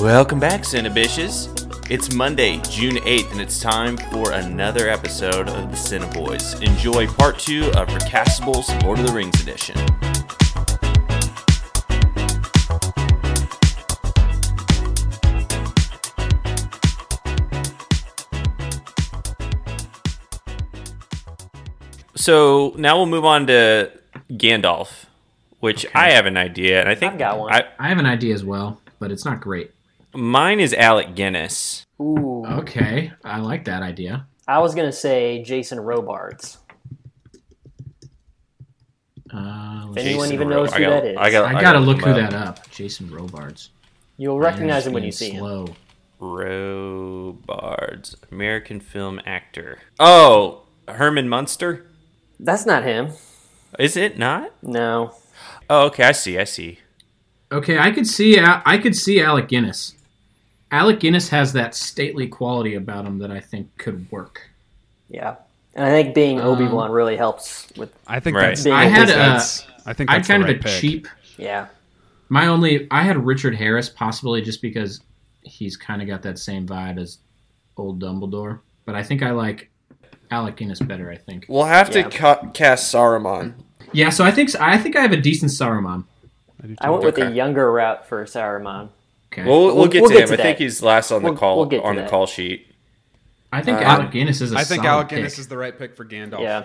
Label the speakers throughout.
Speaker 1: Welcome back, Cinebishes. It's Monday, June 8th, and it's time for another episode of the Cineboys. Enjoy part two of Recastable's Lord of the Rings edition. So now we'll move on to Gandalf, which I have an idea, and I think
Speaker 2: I've got one.
Speaker 1: I,
Speaker 3: I have an idea as well, but it's not great.
Speaker 1: mine is Alec Guinness.
Speaker 2: Ooh,
Speaker 3: Okay, I like that idea.
Speaker 2: I was gonna say Jason Robards.
Speaker 3: Uh, let's
Speaker 2: If
Speaker 3: see.
Speaker 2: anyone
Speaker 1: Jason
Speaker 2: even
Speaker 1: Ro-
Speaker 2: knows
Speaker 1: I
Speaker 2: who
Speaker 1: gotta-
Speaker 2: that is.
Speaker 1: I gotta,
Speaker 3: I gotta look who
Speaker 1: look
Speaker 3: that up. Jason Robards.
Speaker 2: You'll recognize him when you see him.
Speaker 3: slow. him.
Speaker 1: Robards, American film actor. Oh, Herman Munster?
Speaker 2: That's not him.
Speaker 1: Is it not?
Speaker 2: No.
Speaker 1: Oh, okay. I see. I see.
Speaker 3: Okay, I could see. Al- I could see Alec Guinness. Alec Guinness has that stately quality about him that I think could work.
Speaker 2: Yeah. And I think being Obi Wan really helps with.
Speaker 4: I think
Speaker 1: Right.
Speaker 4: that's.
Speaker 2: Being
Speaker 3: I had a.
Speaker 4: that's- I think
Speaker 3: I
Speaker 4: that's
Speaker 3: had kind
Speaker 4: the
Speaker 3: of
Speaker 4: right
Speaker 3: a
Speaker 4: pick.
Speaker 3: cheap.
Speaker 2: Yeah.
Speaker 3: My only. I had Richard Harris possibly just because he's kind of got that same vibe as old Dumbledore, but I think I like Alec Guinness better. I think.
Speaker 5: We'll have
Speaker 2: Yeah.
Speaker 5: to ca- cast Saruman.
Speaker 3: Yeah, so I think I think I have a decent Saruman.
Speaker 4: do
Speaker 2: I went with the
Speaker 5: Okay.
Speaker 2: younger route for Saruman.
Speaker 3: Okay.
Speaker 1: We'll, we'll, get
Speaker 2: we'll
Speaker 1: to
Speaker 2: get
Speaker 1: him.
Speaker 2: to
Speaker 1: I think
Speaker 2: that.
Speaker 1: he's last on the
Speaker 2: We'll-
Speaker 1: call
Speaker 2: we'll get to
Speaker 1: on the
Speaker 2: that.
Speaker 1: call sheet.
Speaker 3: I think
Speaker 5: Uh,
Speaker 3: Alec Guinness is a
Speaker 4: I think
Speaker 3: solid
Speaker 4: Alec
Speaker 3: pick.
Speaker 4: Guinness is the right pick for Gandalf.
Speaker 2: Yeah.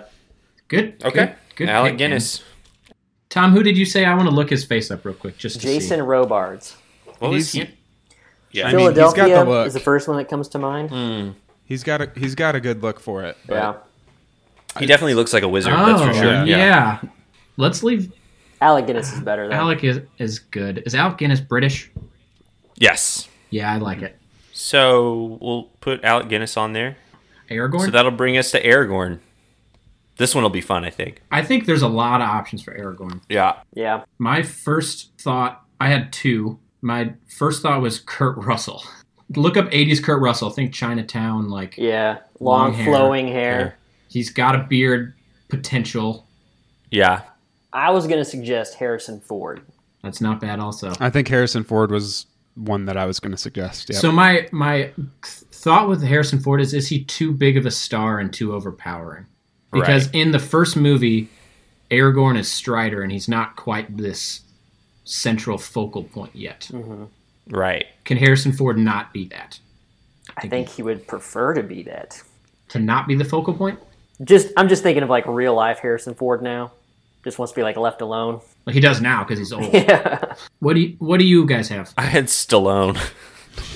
Speaker 3: good.
Speaker 1: Okay.
Speaker 3: Good, good
Speaker 1: Alec
Speaker 3: pick,
Speaker 1: Guinness.
Speaker 3: man. Tom, who did you say? I want to look his face up real quick just to
Speaker 2: Jason Robards.
Speaker 1: What was
Speaker 4: He's-
Speaker 1: he? Yeah.
Speaker 4: I mean, he's got the
Speaker 2: Philadelphia
Speaker 4: look.
Speaker 2: is the first one that comes to mind.
Speaker 4: He's got a he's got a good look for it. but-
Speaker 2: Yeah.
Speaker 1: He definitely looks like a wizard.
Speaker 3: see. Oh,
Speaker 1: that's for sure.
Speaker 3: yeah.
Speaker 1: Yeah.
Speaker 3: Let's leave
Speaker 2: Alec Guinness is better though.
Speaker 3: Alec is, is good. Is Alec Guinness British?
Speaker 1: Yes.
Speaker 3: Yeah, I
Speaker 1: Mm-hmm.
Speaker 3: like it.
Speaker 1: So we'll put Alec Guinness on there.
Speaker 3: Aragorn.
Speaker 1: So that'll bring us to Aragorn. This one will be fun, I think.
Speaker 3: I think there's a lot of options for Aragorn.
Speaker 1: Yeah.
Speaker 2: Yeah.
Speaker 3: My first thought, I had two. My first thought was Kurt Russell. Look up 80s Kurt Russell. Think Chinatown, like
Speaker 2: Yeah. Long,
Speaker 3: Long hair.
Speaker 2: flowing hair.
Speaker 1: Yeah.
Speaker 3: he's got a beard potential.
Speaker 1: Yeah.
Speaker 2: I was gonna suggest Harrison Ford.
Speaker 3: That's not bad also.
Speaker 4: I think Harrison Ford was one that I was going to suggest. Yeah.
Speaker 3: So my my thought with Harrison Ford is is he too big of a star and too overpowering? Because in the first movie, Aragorn is Strider and he's not quite this central focal point yet.
Speaker 1: Right.
Speaker 3: Can Harrison Ford not be that?
Speaker 2: I think he would prefer to be that.
Speaker 3: To not be the focal point?
Speaker 2: Just I'm just thinking of like real life Harrison Ford now. Just wants to be like left alone.
Speaker 3: Well, he does now because he's old.
Speaker 2: Yeah.
Speaker 3: what do you, what do you guys have?
Speaker 1: I had Stallone.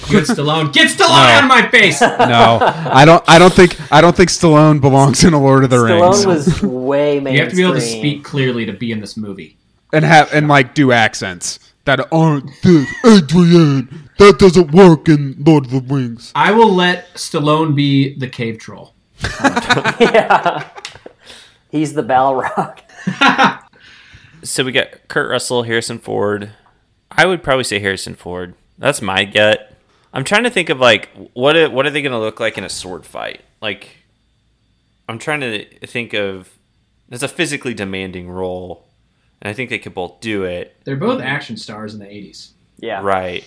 Speaker 3: Get Stallone. Get Stallone out of my face.
Speaker 4: no, I don't. I don't think. I don't think Stallone belongs in a Lord of the Rings
Speaker 2: Stallone was way mainstream.
Speaker 3: You have to be able to speak clearly to be in this movie.
Speaker 4: and have and like do accents that aren't this Adrian. That doesn't work in Lord of the Rings.
Speaker 3: I will let Stallone be the cave troll.
Speaker 2: Yeah. He's the Balrog.
Speaker 1: so we got Kurt Russell, Harrison Ford. I would probably say Harrison Ford. That's my gut. I'm trying to think of like what are, what are they going to look like in a sword fight? Like I'm trying to think of it's a physically demanding role, and I think they could both do it
Speaker 3: They're both action stars in the 80s.
Speaker 2: Yeah.
Speaker 1: right.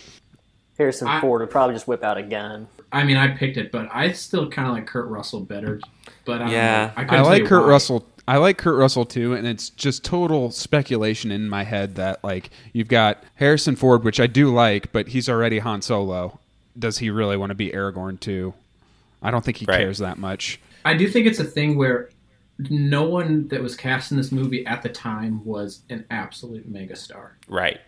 Speaker 2: Harrison
Speaker 3: I-
Speaker 2: Ford would probably just whip out a gun.
Speaker 3: I mean, I picked it, but I still kind of like Kurt Russell better. But I
Speaker 1: Yeah.
Speaker 3: I, couldn't
Speaker 4: I
Speaker 3: tell
Speaker 4: like
Speaker 3: you
Speaker 4: Kurt
Speaker 3: why.
Speaker 4: Russell. I like Kurt Russell too, and it's just total speculation in my head that like you've got Harrison Ford, which I do like, but he's already Han Solo. Does he really want to be Aragorn too? I don't think he
Speaker 1: Right.
Speaker 4: cares that much.
Speaker 3: I do think it's a thing where no one that was cast in this movie at the time was an absolute megastar.
Speaker 1: Right.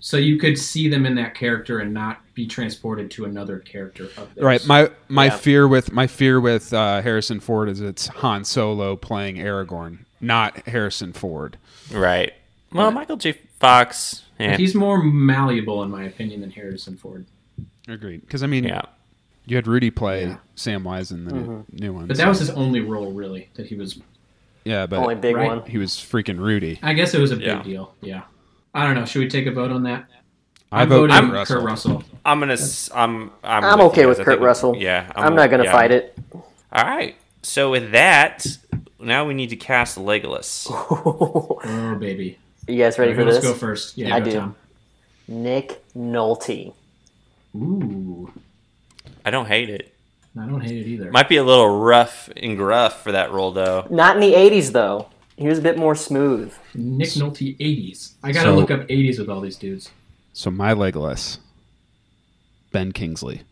Speaker 3: So you could see them in that character and not be transported to another character of theirs.
Speaker 4: Right. My my
Speaker 2: Yeah.
Speaker 4: fear with my fear with uh, Harrison Ford is it's Han Solo playing Aragorn, not Harrison Ford.
Speaker 1: Right. Well, Michael J. Fox. eh, Yeah.
Speaker 3: He's more malleable, in my opinion, than Harrison Ford.
Speaker 4: Agreed. Because I mean,
Speaker 1: yeah.
Speaker 4: you had Rudy play Samwise in the new, new one.
Speaker 3: But
Speaker 4: so-
Speaker 3: that was his only role, really, that he was.
Speaker 4: yeah, but
Speaker 2: Only big
Speaker 3: Right.
Speaker 2: one.
Speaker 4: he was freaking Rudy.
Speaker 3: I guess it was a
Speaker 1: Yeah.
Speaker 3: big deal. Yeah. I don't know. Should we take a vote on that?
Speaker 4: I
Speaker 3: I'm
Speaker 4: vote
Speaker 3: voting
Speaker 4: Kurt
Speaker 3: Kurt
Speaker 4: Russell.
Speaker 3: Russell.
Speaker 1: I'm gonna. s- I'm. I'm,
Speaker 2: I'm
Speaker 1: you
Speaker 2: okay
Speaker 1: guys.
Speaker 2: with
Speaker 1: I
Speaker 2: Kurt
Speaker 1: think-
Speaker 2: Russell.
Speaker 1: Yeah.
Speaker 2: I'm, not going to
Speaker 1: yeah.
Speaker 2: fight it.
Speaker 1: All right. So with that, now we need to cast Legolas.
Speaker 3: Oh baby.
Speaker 2: you guys ready for
Speaker 3: Let's
Speaker 2: this?
Speaker 3: go first. Yeah,
Speaker 2: I
Speaker 3: go,
Speaker 2: do.
Speaker 3: Tom.
Speaker 2: Nick Nolte.
Speaker 3: Ooh,
Speaker 1: I don't hate it.
Speaker 3: I don't hate it either.
Speaker 1: Might be a little rough and gruff for that role though.
Speaker 2: Not in the 80s, though. He was a bit more smooth.
Speaker 3: Nick Nolte, eighties. I gotta
Speaker 4: So-
Speaker 3: look up eighties with all these dudes.
Speaker 4: So my legless, Ben Kingsley.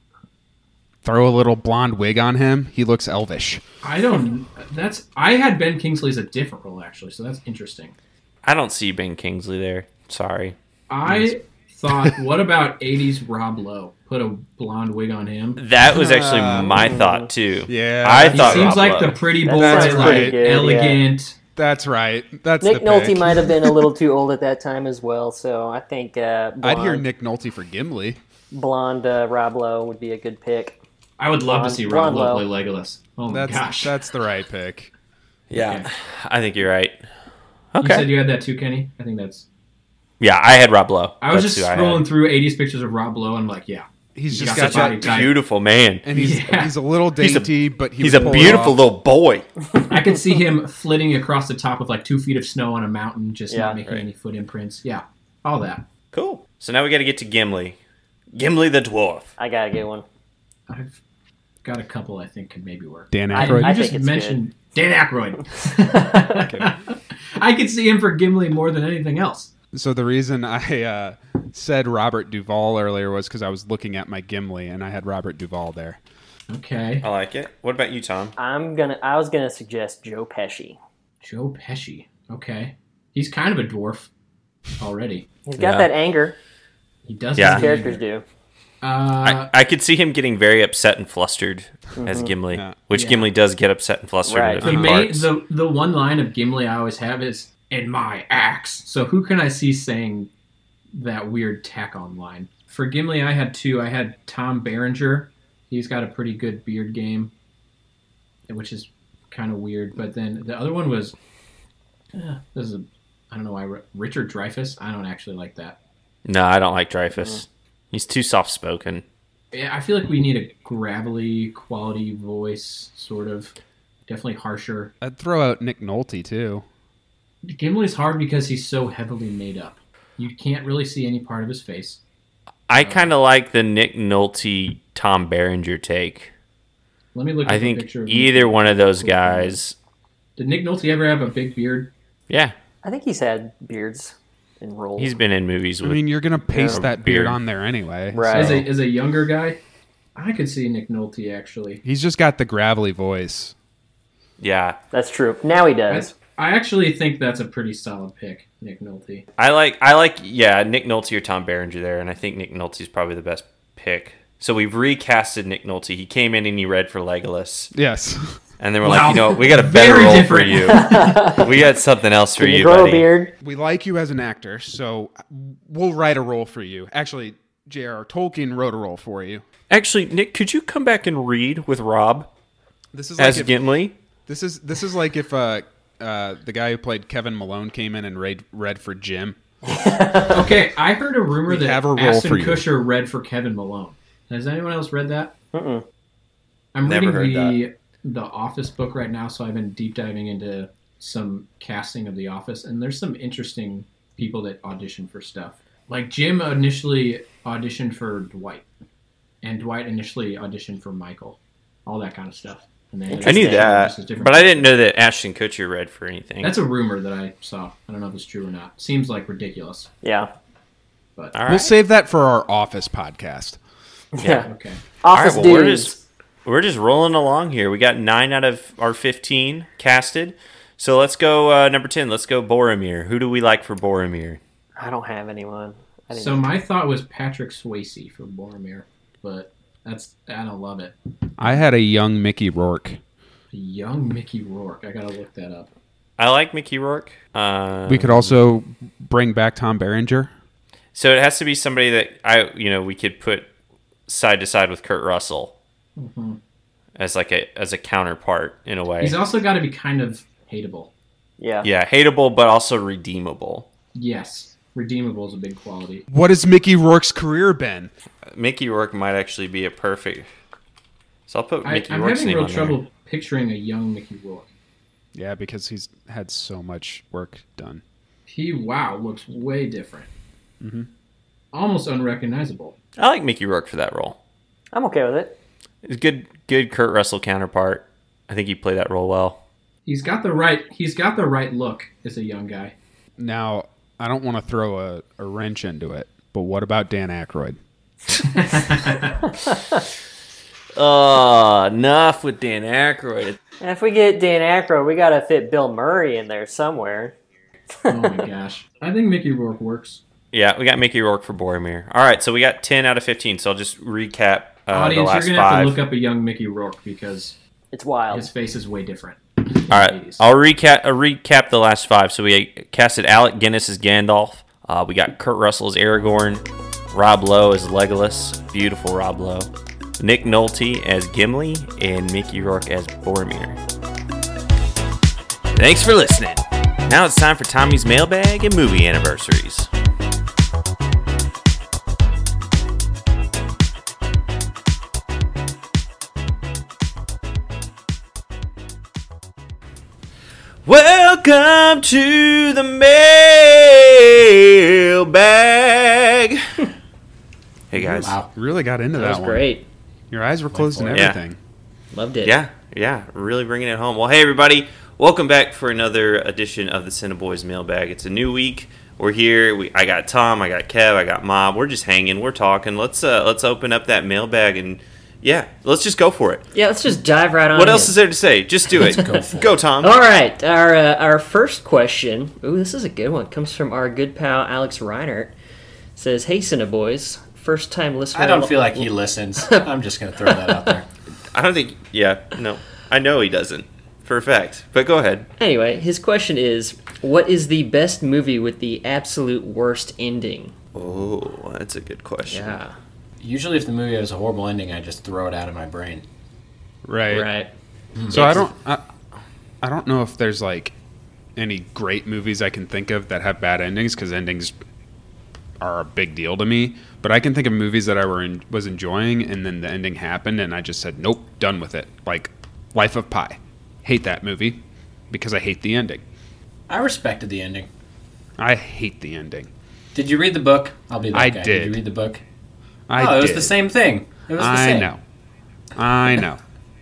Speaker 4: Throw a little blonde wig on him. He looks elvish.
Speaker 3: I don't. That's. I had Ben Kingsley as a different role actually, so that's interesting.
Speaker 1: I don't see Ben Kingsley there. Sorry.
Speaker 3: I thought, what about eighties Rob Lowe? Put a blonde wig on him.
Speaker 1: That was actually
Speaker 4: Ah.
Speaker 1: my thought too.
Speaker 4: Yeah.
Speaker 1: I
Speaker 3: He
Speaker 1: thought
Speaker 3: seems
Speaker 1: Rob
Speaker 3: like
Speaker 1: Lowe.
Speaker 3: the pretty boy,
Speaker 2: That sounds
Speaker 3: like
Speaker 2: pretty good, yeah.
Speaker 3: elegant.
Speaker 4: That's right. That's
Speaker 2: Nick
Speaker 4: the
Speaker 2: Nolte
Speaker 4: pick.
Speaker 2: might have been a little too old at that time as well, so I think uh, blonde,
Speaker 4: I'd hear Nick Nolte for Gimli.
Speaker 2: blonde uh, Rob Lowe would be a good pick.
Speaker 3: I would love
Speaker 2: Blonde-
Speaker 3: to see Rob
Speaker 2: blonde
Speaker 3: Lowe play
Speaker 2: Lowe.
Speaker 3: Legolas. Oh my
Speaker 4: That's
Speaker 3: gosh!
Speaker 4: that's the right pick.
Speaker 5: Yeah.
Speaker 1: I think you're right.
Speaker 3: you
Speaker 1: Okay.
Speaker 3: said you had that too, Kenny. I think that's.
Speaker 1: yeah, I had Rob Lowe.
Speaker 3: I was
Speaker 1: That's
Speaker 3: just
Speaker 1: who had.
Speaker 3: scrolling through eighties pictures of Rob Lowe, and I'm like, yeah,
Speaker 4: He's
Speaker 3: You
Speaker 4: just
Speaker 3: got
Speaker 4: got,
Speaker 3: the body
Speaker 4: that,
Speaker 3: type.
Speaker 1: beautiful man.
Speaker 4: and he's
Speaker 3: Yeah.
Speaker 4: he's a little
Speaker 1: He's a-
Speaker 4: dainty, but he
Speaker 1: He's
Speaker 4: would
Speaker 1: a
Speaker 4: pull it
Speaker 1: beautiful
Speaker 4: off.
Speaker 1: little boy.
Speaker 3: I could see him flitting across the top of like two feet of snow on a mountain, just
Speaker 2: Yeah,
Speaker 3: not making
Speaker 1: right.
Speaker 3: any foot imprints. Yeah, all that.
Speaker 1: Cool. So now we got to get to Gimli. Gimli the dwarf.
Speaker 2: I gotta get one.
Speaker 3: I've got a couple I think could maybe work.
Speaker 4: Dan
Speaker 3: I,
Speaker 4: Aykroyd?
Speaker 3: you
Speaker 4: I
Speaker 2: think
Speaker 3: just
Speaker 2: it's
Speaker 3: mentioned Dan Aykroyd. I could see him for Gimli more than anything else.
Speaker 4: So the reason I uh, said Robert Duvall earlier was because I was looking at my Gimli and I had Robert Duvall there.
Speaker 3: Okay,
Speaker 1: I like it. What about you, Tom?
Speaker 2: I'm gonna. I was gonna suggest Joe Pesci.
Speaker 3: Joe Pesci. Okay, he's kind of a dwarf already.
Speaker 2: He's got
Speaker 1: Yeah.
Speaker 2: that anger
Speaker 3: He does.
Speaker 1: Yeah.
Speaker 3: have the
Speaker 2: characters
Speaker 3: anger.
Speaker 2: do.
Speaker 3: Uh,
Speaker 1: I, I could see him getting very upset and flustered as Gimli,
Speaker 4: Yeah.
Speaker 1: which
Speaker 3: Yeah.
Speaker 1: Gimli does get upset and flustered
Speaker 2: Right.
Speaker 1: in a
Speaker 3: the,
Speaker 1: few
Speaker 3: main,
Speaker 1: parts.
Speaker 3: the the one line of Gimli I always have is "in my axe." So who can I see saying that weird tack on line? For Gimli, I had two. I had Tom Berenger. He's got a pretty good beard game, which is kind of weird. But then the other one was uh, this is a, I don't know why I wrote- Richard Dreyfus. I don't actually like that.
Speaker 1: no, I don't like Dreyfus. He's too soft spoken.
Speaker 3: Yeah, I feel like we need a gravelly quality voice, sort of, definitely harsher.
Speaker 4: I'd throw out Nick Nolte too.
Speaker 3: Gimli's hard because he's so heavily made up. You can't really see any part of his face.
Speaker 1: I kind of like the Nick Nolte, Tom Berenger take.
Speaker 3: Let me look at
Speaker 1: I
Speaker 3: a
Speaker 1: think
Speaker 3: picture of
Speaker 1: either one of those guys.
Speaker 3: Did Nick Nolte ever have a big beard?
Speaker 1: Yeah,
Speaker 2: I think he's had beards and roles.
Speaker 1: he's been in movies
Speaker 4: I
Speaker 1: with.
Speaker 4: mean, you're gonna paste
Speaker 1: Yeah.
Speaker 4: that beard
Speaker 1: Beard.
Speaker 4: on there anyway.
Speaker 2: Right.
Speaker 3: As a
Speaker 2: Oh.
Speaker 3: as a younger guy, I could see Nick Nolte actually.
Speaker 4: He's just got the gravelly voice.
Speaker 1: yeah,
Speaker 2: That's true. Now he
Speaker 3: I,
Speaker 2: does.
Speaker 3: I actually think that's a pretty solid pick, Nick Nolte.
Speaker 1: I like I like yeah Nick Nolte or Tom Berenger there, and I think Nick Nolte's probably the best pick. So we've recasted Nick Nolte. He came in and he read for Legolas,
Speaker 4: Yes.
Speaker 1: and then we're
Speaker 3: Wow.
Speaker 1: like, you know, we got a better
Speaker 3: Very
Speaker 1: role
Speaker 3: different.
Speaker 1: for you. we got something else for
Speaker 2: Can you,
Speaker 1: you,
Speaker 2: grow
Speaker 1: buddy.
Speaker 2: a beard?
Speaker 4: we like you as an actor, so we'll write a role for you. Actually, J.R.R. Tolkien wrote a role for you.
Speaker 1: Actually, Nick, could you come back and read with Rob
Speaker 4: This is
Speaker 1: as
Speaker 4: like if,
Speaker 1: Gimli?
Speaker 4: this is this is like if uh, uh, the guy who played Kevin Malone came in and read read for Jim.
Speaker 3: Okay, I heard a rumor
Speaker 4: We
Speaker 3: that
Speaker 4: have a role
Speaker 3: Ashton
Speaker 4: for you.
Speaker 3: Kutcher read for Kevin Malone. Has anyone else read that?
Speaker 2: Mm-mm.
Speaker 3: I'm
Speaker 1: Never
Speaker 3: reading
Speaker 1: heard
Speaker 3: the the Office book right now, so I've been deep diving into some casting of The Office, and there's some interesting people that audition for stuff. Like Jim initially auditioned for Dwight, and Dwight initially auditioned for Michael, all that kind of stuff. And then
Speaker 1: I knew
Speaker 2: Interesting.
Speaker 1: that, but I didn't know that Ashton Kutcher read for anything.
Speaker 3: That's a rumor that I saw. I don't know if it's true or not. Seems like ridiculous,
Speaker 2: Yeah.
Speaker 3: but
Speaker 1: All
Speaker 4: We'll
Speaker 1: right.
Speaker 4: save that for our office podcast.
Speaker 2: Yeah.
Speaker 3: okay.
Speaker 2: Office
Speaker 1: All right, well, we're
Speaker 2: dudes.
Speaker 1: just we're just rolling along here. We got nine out of our fifteen casted. So let's go uh, number ten. Let's go Boromir. Who do we like for Boromir?
Speaker 2: I don't have anyone. I didn't
Speaker 3: So my thought was Patrick Swayze for Boromir, but that's I don't love it.
Speaker 4: I had a young Mickey Rourke.
Speaker 3: Young Mickey Rourke. I gotta look that up.
Speaker 1: I like Mickey Rourke. Uh,
Speaker 4: We could also bring back Tom Berenger.
Speaker 1: so it has to be somebody that I you know we could put side to side with Kurt Russell as like a as a counterpart in a way.
Speaker 3: Mm-hmm. He's also got to be kind of hateable.
Speaker 2: yeah.
Speaker 1: yeah, hateable but also redeemable.
Speaker 3: Yes, redeemable is a big quality.
Speaker 4: What has Mickey Rourke's career been?
Speaker 1: Mickey Rourke might actually be a perfect. So I'll put
Speaker 3: I,
Speaker 1: Mickey
Speaker 3: I'm
Speaker 1: Rourke's
Speaker 3: having
Speaker 1: name
Speaker 3: real
Speaker 1: on
Speaker 3: trouble
Speaker 1: there.
Speaker 3: picturing a young Mickey Rourke.
Speaker 4: Yeah, because he's had so much work done.
Speaker 1: Mm-hmm.
Speaker 3: He wow looks way different. almost unrecognizable.
Speaker 1: I like Mickey Rourke for that role.
Speaker 2: I'm okay with it.
Speaker 1: He's a good, good Kurt Russell counterpart. I think he played that role well.
Speaker 3: He's got the right he's got the right look as a young guy.
Speaker 4: Now, I don't want to throw a, a wrench into it, but what about Dan Aykroyd?
Speaker 1: Uh, enough with Dan Aykroyd.
Speaker 2: And if we get Dan Aykroyd, we gotta fit Bill Murray in there somewhere.
Speaker 3: Oh my gosh. I think Mickey Rourke works.
Speaker 1: Yeah, we got Mickey Rourke for Boromir. All right, so we got ten out of fifteen. So I'll just recap uh, the
Speaker 3: Audience,
Speaker 1: last
Speaker 3: you're gonna have to
Speaker 1: five.
Speaker 3: look up a young Mickey Rourke because
Speaker 2: It's
Speaker 6: Oh.
Speaker 2: wild.
Speaker 3: his face is way different.
Speaker 1: All right, I'll recap. I'll recap the last five. So we casted Alec Guinness as Gandalf. Uh, we got Kurt Russell as Aragorn. Rob Lowe as Legolas. Beautiful Rob Lowe. Nick Nolte as Gimli and Mickey Rourke as Boromir. Thanks for listening. Now it's time for Tommy's mailbag and movie anniversaries. Welcome to the mailbag. hey guys.
Speaker 4: You really got into that,
Speaker 2: that was
Speaker 4: one.
Speaker 2: great.
Speaker 4: Your eyes were closed and
Speaker 1: Yeah.
Speaker 4: everything.
Speaker 2: Loved it.
Speaker 1: Yeah, yeah, really bringing it home. Well, hey everybody, welcome back for another edition of the Cineboys Mailbag. It's a new week. We're here. We, I got Tom, I got Kev, I got Mob. We're just hanging. We're talking. Let's uh, let's open up that mailbag and yeah, let's just go for it.
Speaker 6: Yeah, let's just dive right on.
Speaker 1: What
Speaker 6: in.
Speaker 1: else is there to say? Just do it. go, Tom.
Speaker 6: All right, our uh, our first question. Ooh, this is a good one. Comes from our good pal Alex Reinert. Says, "Hey, Cineboys, first time listener.
Speaker 7: I don't feel like he listens. I'm just going to throw that out there.
Speaker 1: I don't think. Yeah, no, I know he doesn't for a fact. But go ahead.
Speaker 6: Anyway, his question is, what is the best movie with the absolute worst ending?
Speaker 1: Oh, that's a good question.
Speaker 6: Yeah,
Speaker 7: Usually, if the movie has a horrible ending, I just throw it out of my brain.
Speaker 4: Right.
Speaker 6: Ah, right.
Speaker 4: So I don't I, I don't know if there's like any great movies I can think of that have bad endings because endings are a big deal to me. But I can think of movies that I were in, was enjoying and then the ending happened and I just said nope, done with it. Like Life of Pi, hate that movie because I hate the ending.
Speaker 7: I respected the ending.
Speaker 4: I hate the ending.
Speaker 7: Did you read the book? I'll be that
Speaker 4: I
Speaker 7: guy.
Speaker 4: did.
Speaker 7: you read the book?
Speaker 4: I
Speaker 7: oh, it was
Speaker 4: did.
Speaker 7: the same thing. It was the
Speaker 4: I
Speaker 7: same.
Speaker 4: know. I know.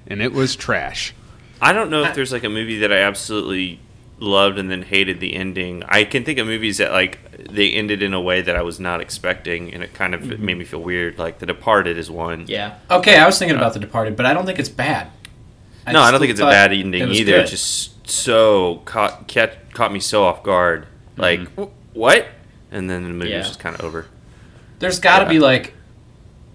Speaker 4: And it was trash.
Speaker 1: I don't know if there's like a movie that I absolutely loved and then hated the ending. I can think of movies that like they ended in a way that I was not expecting, and it kind of
Speaker 7: Mm-hmm.
Speaker 1: made me feel weird. Like The Departed is one.
Speaker 6: Yeah,
Speaker 7: Okay, I was thinking about The Departed, but I don't think it's bad.
Speaker 1: no, I
Speaker 7: still
Speaker 1: don't think it's a
Speaker 7: thought
Speaker 1: bad e-
Speaker 7: it
Speaker 1: ending
Speaker 7: was
Speaker 1: either. It
Speaker 7: good.
Speaker 1: just so caught catch, caught me so off guard.
Speaker 7: Mm-hmm.
Speaker 1: Like "Wh- what? And then the movie
Speaker 6: Yeah.
Speaker 1: was just kind of over.
Speaker 7: There's got to
Speaker 1: yeah.
Speaker 7: be like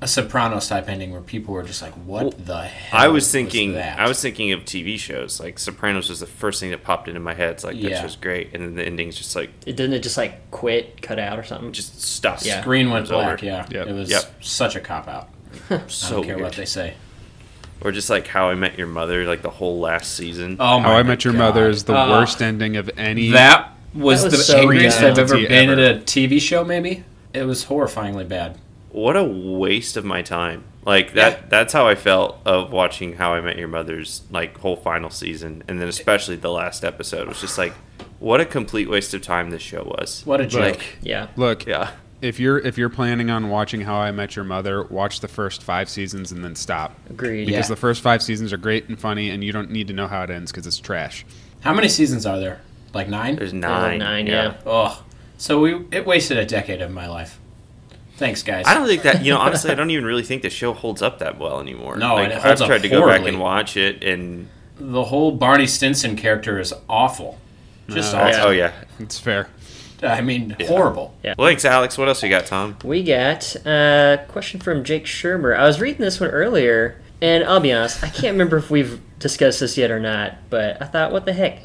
Speaker 7: a Sopranos type ending where people were just like, "What the hell?"
Speaker 1: I was thinking,
Speaker 7: that?
Speaker 1: I was thinking of TV shows. Like Sopranos was the first thing that popped into my head. It's like that
Speaker 7: Yeah.
Speaker 1: show's great, and then the ending's just like
Speaker 6: it didn't it just like quit, cut out, or something?
Speaker 1: just stops.
Speaker 6: Yeah.
Speaker 7: Green
Speaker 1: It was
Speaker 7: went black.
Speaker 1: over.
Speaker 7: Yeah,
Speaker 4: Yep.
Speaker 7: it was
Speaker 1: Yep.
Speaker 7: such a cop out. I
Speaker 1: So
Speaker 7: don't care
Speaker 1: weird.
Speaker 7: what they say.
Speaker 1: or just like How I Met Your Mother, like the whole last season.
Speaker 7: Oh
Speaker 4: How I Met Your
Speaker 7: God.
Speaker 4: Mother is the
Speaker 7: Ah.
Speaker 4: worst ending of any.
Speaker 7: That was,
Speaker 6: That was
Speaker 7: the
Speaker 6: so
Speaker 7: angriest
Speaker 6: bad.
Speaker 7: I've ever
Speaker 4: Ever.
Speaker 7: been at a TV show. Maybe it was horrifyingly bad.
Speaker 1: what a waste of my time like that
Speaker 7: Yeah.
Speaker 1: that's how i felt of watching how i met your mother's like whole final season and then especially the last episode It was just like what a complete waste of time this show was
Speaker 7: What a joke!
Speaker 1: like
Speaker 6: yeah,
Speaker 4: Look,
Speaker 1: yeah
Speaker 4: if you're if you're planning on watching How I Met Your Mother, watch the first five seasons and then stop.
Speaker 6: agreed.
Speaker 4: Because the
Speaker 7: Yeah.
Speaker 4: first five seasons are great and funny, and you don't need to know how it ends because it's trash.
Speaker 7: How many seasons are there? Like nine.
Speaker 1: there's nine
Speaker 6: nine, yeah.
Speaker 7: Oh, so we it wasted a decade of my life. Thanks, guys.
Speaker 1: I don't think that you know. Honestly, I don't even really think the show holds up that well anymore.
Speaker 7: No,
Speaker 1: like,
Speaker 7: and it holds
Speaker 1: I've
Speaker 7: up
Speaker 1: tried to go back
Speaker 7: horribly.
Speaker 1: and watch it, and
Speaker 7: the whole Barney Stinson character is awful. Just
Speaker 4: No.
Speaker 7: awful.
Speaker 1: oh yeah.
Speaker 4: It's fair.
Speaker 7: I mean, horrible.
Speaker 1: Well, thanks, Alex. What else you got, Tom?
Speaker 6: We got a question from Jake Shermer. I was reading this one earlier, and I'll be honest, I can't remember if we've discussed this yet or not, but I thought, what the heck? It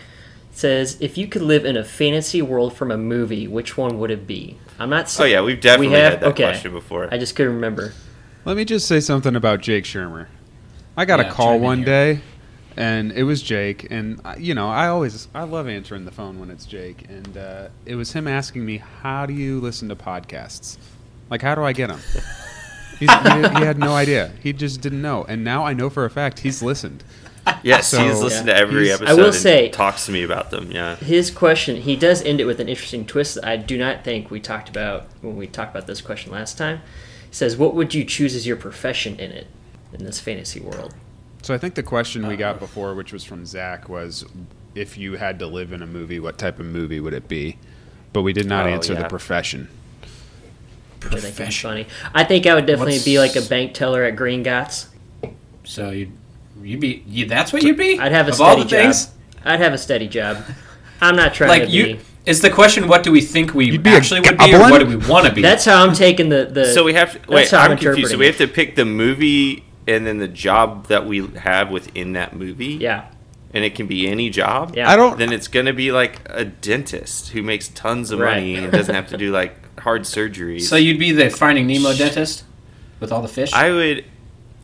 Speaker 6: says, if you could live in a fantasy world from a movie, which one would it be? I'm not
Speaker 1: Oh
Speaker 6: saying.
Speaker 1: yeah, we've definitely
Speaker 6: have-
Speaker 1: had that
Speaker 6: okay.
Speaker 1: question before.
Speaker 6: I just couldn't remember.
Speaker 4: Let me just say something about Jake Shermer. I got
Speaker 7: Yeah,
Speaker 4: a call
Speaker 7: chime in
Speaker 4: one
Speaker 7: here.
Speaker 4: day, and it was Jake, and I- you know I always I love answering the phone when it's Jake, and uh, it was him asking me how do you listen to podcasts, like how do I get them. He's, he, he had no idea. He just didn't know, and now I know for a fact he's listened.
Speaker 1: Yes, he's
Speaker 4: So-
Speaker 1: listened to every
Speaker 4: He's- I
Speaker 1: episode.
Speaker 6: will
Speaker 1: and
Speaker 6: say-
Speaker 1: talks to me about them. Yeah,
Speaker 6: His question, he does end it with an interesting twist that I do not think we talked about when we talked about this question last time. He says, What would you choose as your profession in it, in this fantasy world?
Speaker 4: So I think the question we got before, which was from Zach, was if you had to live in a movie, what type of movie would it be? But we did not
Speaker 1: Oh,
Speaker 4: answer
Speaker 1: yeah.
Speaker 4: the profession.
Speaker 6: Which I think would be funny. I think I would definitely be like
Speaker 7: What's-
Speaker 6: a bank teller at Green Gots.
Speaker 7: So you, you'd be. You, that's what you'd be.
Speaker 6: I'd have a
Speaker 7: of all
Speaker 6: steady
Speaker 7: the
Speaker 6: job.
Speaker 7: things.
Speaker 6: I'd have a steady job. I'm not trying
Speaker 7: Like
Speaker 6: to
Speaker 7: you.
Speaker 6: be.
Speaker 7: Is the question what do we think we
Speaker 4: You'd be a
Speaker 7: actually would be, or
Speaker 4: goblin?
Speaker 7: what do we want to be?
Speaker 6: That's how I'm taking the. the
Speaker 1: so we have to
Speaker 6: that's
Speaker 1: wait.
Speaker 6: how I'm
Speaker 1: I'm confused. So
Speaker 6: interpreting
Speaker 1: we
Speaker 6: it.
Speaker 1: have to pick the movie and then the job that we have within that movie.
Speaker 6: Yeah.
Speaker 1: and it can be any job.
Speaker 6: Yeah.
Speaker 4: I don't.
Speaker 1: Then it's gonna be like a dentist who makes tons of
Speaker 6: Right.
Speaker 1: money and doesn't have to do like hard surgeries.
Speaker 7: so you'd be the Finding Nemo dentist with all the fish.
Speaker 1: I would,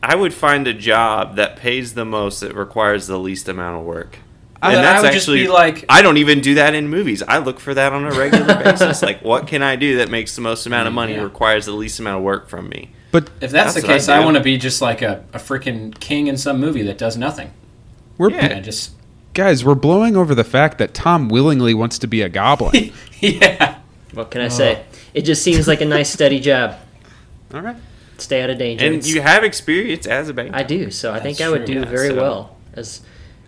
Speaker 1: I would find a job that pays the most that requires the least amount of work.
Speaker 7: I- I would just be like-
Speaker 1: I don't even do that in movies. I look for that on a regular basis. Like, what can I do that makes the most amount of money and
Speaker 7: Yeah.
Speaker 1: requires the least amount of work from me?
Speaker 4: But
Speaker 7: if that's,
Speaker 1: That's
Speaker 7: the
Speaker 1: what I
Speaker 7: case, I,
Speaker 1: do.
Speaker 7: want to be just like a, a freaking king in some movie that does nothing.
Speaker 4: we're
Speaker 7: And I just
Speaker 4: guys, we're blowing over the fact that Tom willingly wants to be a goblin.
Speaker 7: yeah.
Speaker 6: What can I say? It just seems like a nice steady job.
Speaker 4: All right.
Speaker 6: Stay out of danger.
Speaker 1: And
Speaker 6: It's-
Speaker 1: you have experience as a bank.
Speaker 6: I do, so I think
Speaker 7: That's
Speaker 6: I would
Speaker 7: true,
Speaker 6: do
Speaker 7: yeah,
Speaker 6: very
Speaker 7: so-
Speaker 6: well. As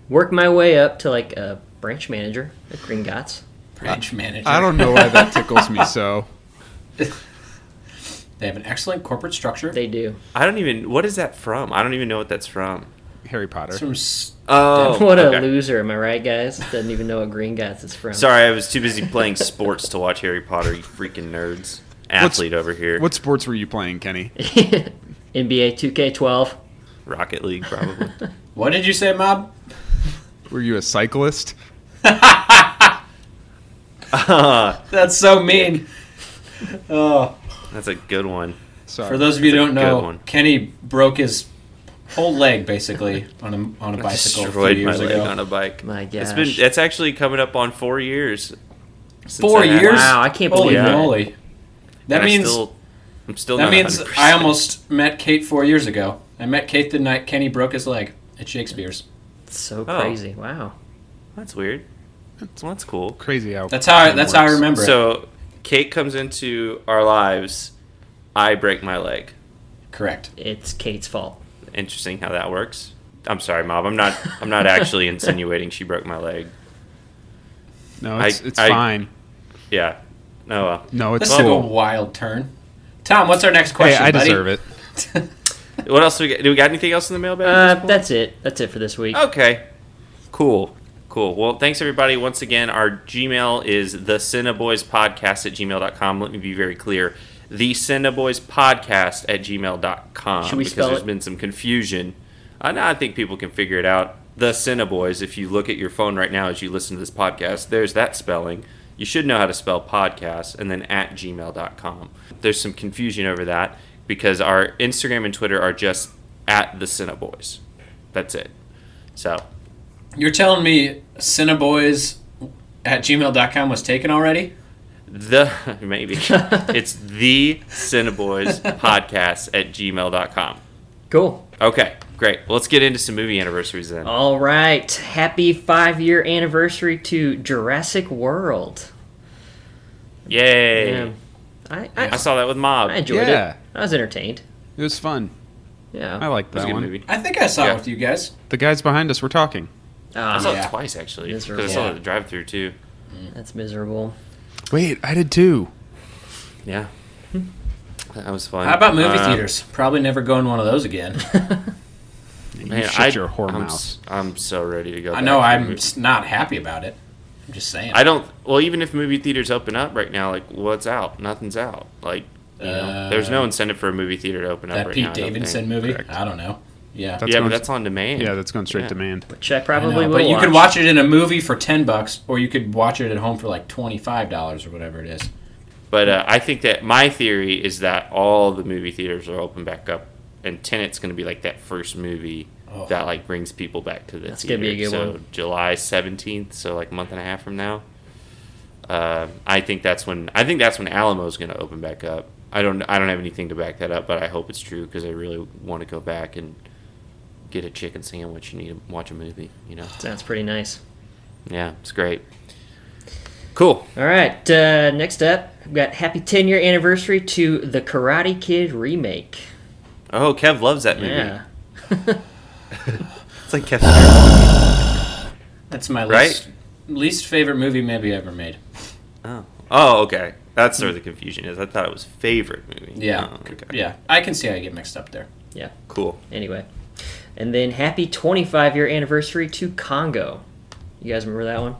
Speaker 6: work my way up to like a branch manager at Green Gots.
Speaker 7: Branch manager.
Speaker 4: I don't know why that tickles me so.
Speaker 7: They have an excellent corporate structure.
Speaker 6: They do.
Speaker 1: I don't even. What is that from? I don't even know what that's from.
Speaker 4: Harry Potter.
Speaker 7: Some s-
Speaker 1: Oh,
Speaker 6: what a
Speaker 1: okay.
Speaker 6: loser, am I right, guys? Doesn't even know what Green Gots is from.
Speaker 1: Sorry, I was too busy playing sports to watch Harry Potter. You freaking nerds! Athlete over here.
Speaker 4: What sports were you playing, Kenny?
Speaker 6: NBA 2K12.
Speaker 1: Rocket League, probably.
Speaker 7: what did you say, Mob?
Speaker 4: Were you a cyclist?
Speaker 1: Uh,
Speaker 7: That's so mean. Oh,
Speaker 1: That's a good one.
Speaker 4: Sorry.
Speaker 7: for those of you who
Speaker 1: That's a
Speaker 7: don't
Speaker 1: good
Speaker 7: know,
Speaker 1: one.
Speaker 7: Kenny broke his whole leg basically on a on a bicycle a few
Speaker 1: Destroyed my
Speaker 7: years
Speaker 1: leg
Speaker 7: ago.
Speaker 1: on a bike.
Speaker 6: My
Speaker 1: It's
Speaker 6: gosh.
Speaker 1: been. It's actually coming up on four years. since
Speaker 7: Four
Speaker 1: that happened.
Speaker 7: years?
Speaker 6: Wow, I can't
Speaker 7: Holy
Speaker 6: believe that.
Speaker 7: moly! That
Speaker 1: And I
Speaker 7: means
Speaker 1: still, I'm still.
Speaker 7: that
Speaker 1: not
Speaker 7: means
Speaker 1: 100%.
Speaker 7: I almost met Kate four years ago. I met Kate the night Kenny broke his leg at Shakespeare's.
Speaker 6: It's so
Speaker 1: Oh.
Speaker 6: crazy. Wow.
Speaker 1: That's weird. Well, that's cool.
Speaker 4: Crazy how.
Speaker 7: That's how I,
Speaker 4: time
Speaker 7: that's how I
Speaker 4: works.
Speaker 7: remember it.
Speaker 1: So, Kate comes into our lives. I break my leg.
Speaker 7: Correct.
Speaker 6: It's Kate's fault.
Speaker 1: Interesting how that works. I'm sorry, Mob. I'm not. I'm not actually insinuating she broke my leg.
Speaker 4: No,
Speaker 1: I-
Speaker 4: it's, it's
Speaker 1: I-
Speaker 4: fine.
Speaker 1: Yeah. Oh well.
Speaker 4: No, it's
Speaker 7: This took a
Speaker 4: cool.
Speaker 7: wild turn. Tom, what's our next
Speaker 4: Hey,
Speaker 7: question?
Speaker 4: I deserve it.
Speaker 1: What else do we got? Do we got anything else in the mailbag?
Speaker 6: Uh, that's it. That's it for this week.
Speaker 1: Okay. Cool. Cool. Well, thanks everybody. Once again, our Gmail is the Podcast at gmail.com. Let me be very clear. The Podcast at gmail.com.
Speaker 6: Should we
Speaker 1: because
Speaker 6: spell
Speaker 1: there's
Speaker 6: it?
Speaker 1: been some confusion. I, I think people can figure it out. The Cinnaboys, if you look at your phone right now as you listen to this podcast, there's that spelling. You should know how to spell podcast and then at gmail.com. There's some confusion over that because our Instagram and Twitter are just at the Cinnaboys. That's it. So
Speaker 7: You're telling me Cinnaboys at gmail.com was taken already?
Speaker 1: the maybe it's the Cinnaboys podcast at gmail.com.
Speaker 6: Cool.
Speaker 1: Okay, great. Well, let's get into some movie anniversaries then.
Speaker 6: All right. Happy five year anniversary to Jurassic World.
Speaker 1: Yay!
Speaker 6: Yeah. I, I,
Speaker 1: I saw that with Mob.
Speaker 6: I
Speaker 1: It
Speaker 6: enjoyed
Speaker 4: Yeah. Oh.
Speaker 6: it. I was entertained.
Speaker 4: It was fun.
Speaker 6: Yeah.
Speaker 4: I liked
Speaker 1: was a good
Speaker 4: that one.
Speaker 1: movie.
Speaker 7: I think I saw
Speaker 1: Yeah.
Speaker 7: it with you guys.
Speaker 4: The guys behind us were talking.
Speaker 1: I saw
Speaker 6: Ah,
Speaker 7: Yeah.
Speaker 1: it twice actually because I
Speaker 6: Miserable.
Speaker 1: saw it at the drive-through too.
Speaker 6: that's miserable.
Speaker 4: Wait, I did too.
Speaker 1: Yeah, that was fun.
Speaker 7: How about movie
Speaker 1: Uh,
Speaker 7: theaters? Probably never go in one of those again.
Speaker 4: You
Speaker 1: Man,
Speaker 4: shut
Speaker 1: I,
Speaker 4: your whore
Speaker 1: I'm,
Speaker 4: mouth.
Speaker 1: s- I'm so ready to go.
Speaker 7: I
Speaker 1: back
Speaker 7: know
Speaker 1: to
Speaker 7: I'm
Speaker 1: movies.
Speaker 7: s- not happy about it. I'm just saying.
Speaker 1: I don't. Well, even if movie theaters open up right now, like what's out? Nothing's out. Like you know, there's no
Speaker 7: Uh,
Speaker 1: incentive for a movie theater to open up
Speaker 7: that
Speaker 1: right
Speaker 7: Pete
Speaker 1: now. I don't think.
Speaker 7: Davidson movie?
Speaker 1: Correct.
Speaker 7: I don't know. Yeah.
Speaker 4: That's
Speaker 1: Yeah, but
Speaker 4: going-
Speaker 1: that's on demand.
Speaker 4: yeah, that's going straight
Speaker 1: Yeah.
Speaker 4: demand.
Speaker 6: Which I
Speaker 7: I know,
Speaker 6: probably will.
Speaker 7: but you
Speaker 6: watch.
Speaker 7: could watch it in a movie for 10 bucks or you could watch it at home for like $25 or whatever it is.
Speaker 1: But uh, I think that my theory is that all the movie theaters are open back up, and Tenet's going to be like that first movie
Speaker 7: Oh.
Speaker 1: that like brings people back to the
Speaker 6: That's
Speaker 1: theater.
Speaker 6: gonna be a good
Speaker 1: so
Speaker 6: one.
Speaker 1: July seventeenth, so like a month and a half from now. Uh, I think that's when I think that's when Alamo's going to open back up. I don't I don't have anything to back that up, but I hope it's true because I really want to go back and get a chicken sandwich and eat a, watch a movie. You know,
Speaker 6: Sounds pretty nice.
Speaker 1: yeah, it's great. Cool.
Speaker 6: All right, uh, next up, we've got happy 10 year anniversary to the Karate Kid remake. Ah,
Speaker 1: Oh, Kev loves that movie.
Speaker 6: Yeah.
Speaker 1: It's like Kev's.
Speaker 7: That's my
Speaker 1: Right?
Speaker 7: least least favorite movie maybe ever made.
Speaker 1: Oh. oh, okay. That's where the confusion is. I thought it was favorite movie.
Speaker 7: Yeah,
Speaker 1: Oh, okay.
Speaker 7: yeah. I can see how you get mixed up there.
Speaker 6: Yeah.
Speaker 1: Cool.
Speaker 6: Anyway. And then happy 25 year anniversary to Congo. You guys remember that one?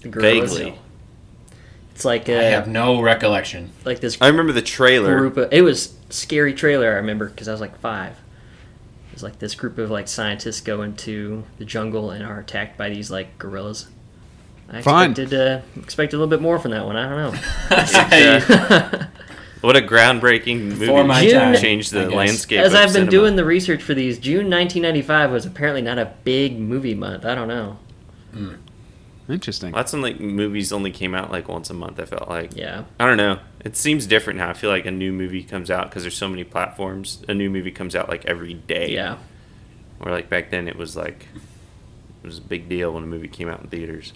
Speaker 6: The gorillas?
Speaker 1: Vaguely.
Speaker 6: It's like
Speaker 7: I have
Speaker 6: uh,
Speaker 7: no recollection.
Speaker 6: like this
Speaker 1: I remember the trailer.
Speaker 6: group of, it was scary trailer I remember because I was like five. It was like this group of like scientists go into the jungle and are attacked by these like gorillas. I
Speaker 4: Fine.
Speaker 6: expected uh, expected a little bit more from that one. I don't know.
Speaker 1: What a groundbreaking movie!
Speaker 7: Before my
Speaker 6: time,
Speaker 1: changed
Speaker 7: I
Speaker 1: the
Speaker 7: guess.
Speaker 1: landscape.
Speaker 6: As
Speaker 1: of
Speaker 6: I've been
Speaker 1: cinema.
Speaker 6: doing the research for these, June 1995 was apparently not a big movie month. I don't know.
Speaker 4: Interesting.
Speaker 1: lots of like movies only came out like once a month. I felt like.
Speaker 6: Yeah.
Speaker 1: I don't know. It seems different now. I feel like a new movie comes out because there's so many platforms. A new movie comes out like every day.
Speaker 6: Yeah.
Speaker 1: Or like back then, it was like it was a big deal when a movie came out in theaters.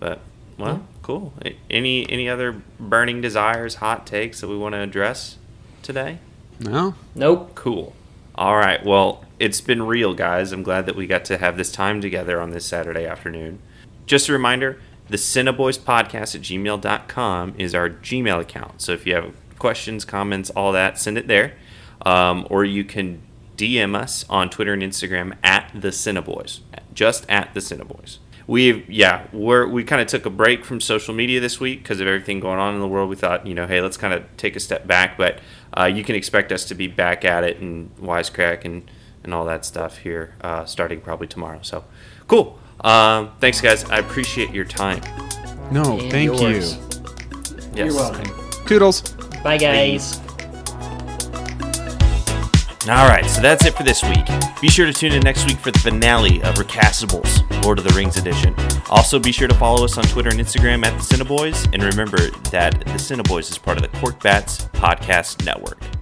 Speaker 1: But well, cool. A- Any any other burning desires, hot takes that we want to address today?
Speaker 4: No.
Speaker 6: Nope.
Speaker 1: Cool. All right. Well, it's been real, guys. I'm glad that we got to have this time together on this Saturday afternoon. Just a reminder the Cineboys podcast at gmail.com is our Gmail account. So if you have questions, comments, all that, send it there. Um, or you can DM us on Twitter and Instagram at the Cineboys, just at the Cineboys. We've yeah we're we kind of took a break from social media this week because of everything going on in the world. We thought you know hey let's kind of take a step back, but uh, you can expect us to be back at it and wisecrack and and all that stuff here uh, starting probably tomorrow. So cool. Um, thanks guys, I appreciate your time.
Speaker 4: No,
Speaker 6: And
Speaker 4: thank
Speaker 6: yours.
Speaker 4: you.
Speaker 1: Yes.
Speaker 7: You're welcome.
Speaker 4: Toodles.
Speaker 6: Bye, guys.
Speaker 1: All right, so that's it for this week. Be sure to tune in next week for the finale of Recastables, Lord of the Rings edition. Also, be sure to follow us on Twitter and Instagram at The Cineboys, and remember that The Cineboys is part of the Cork Bats Podcast Network.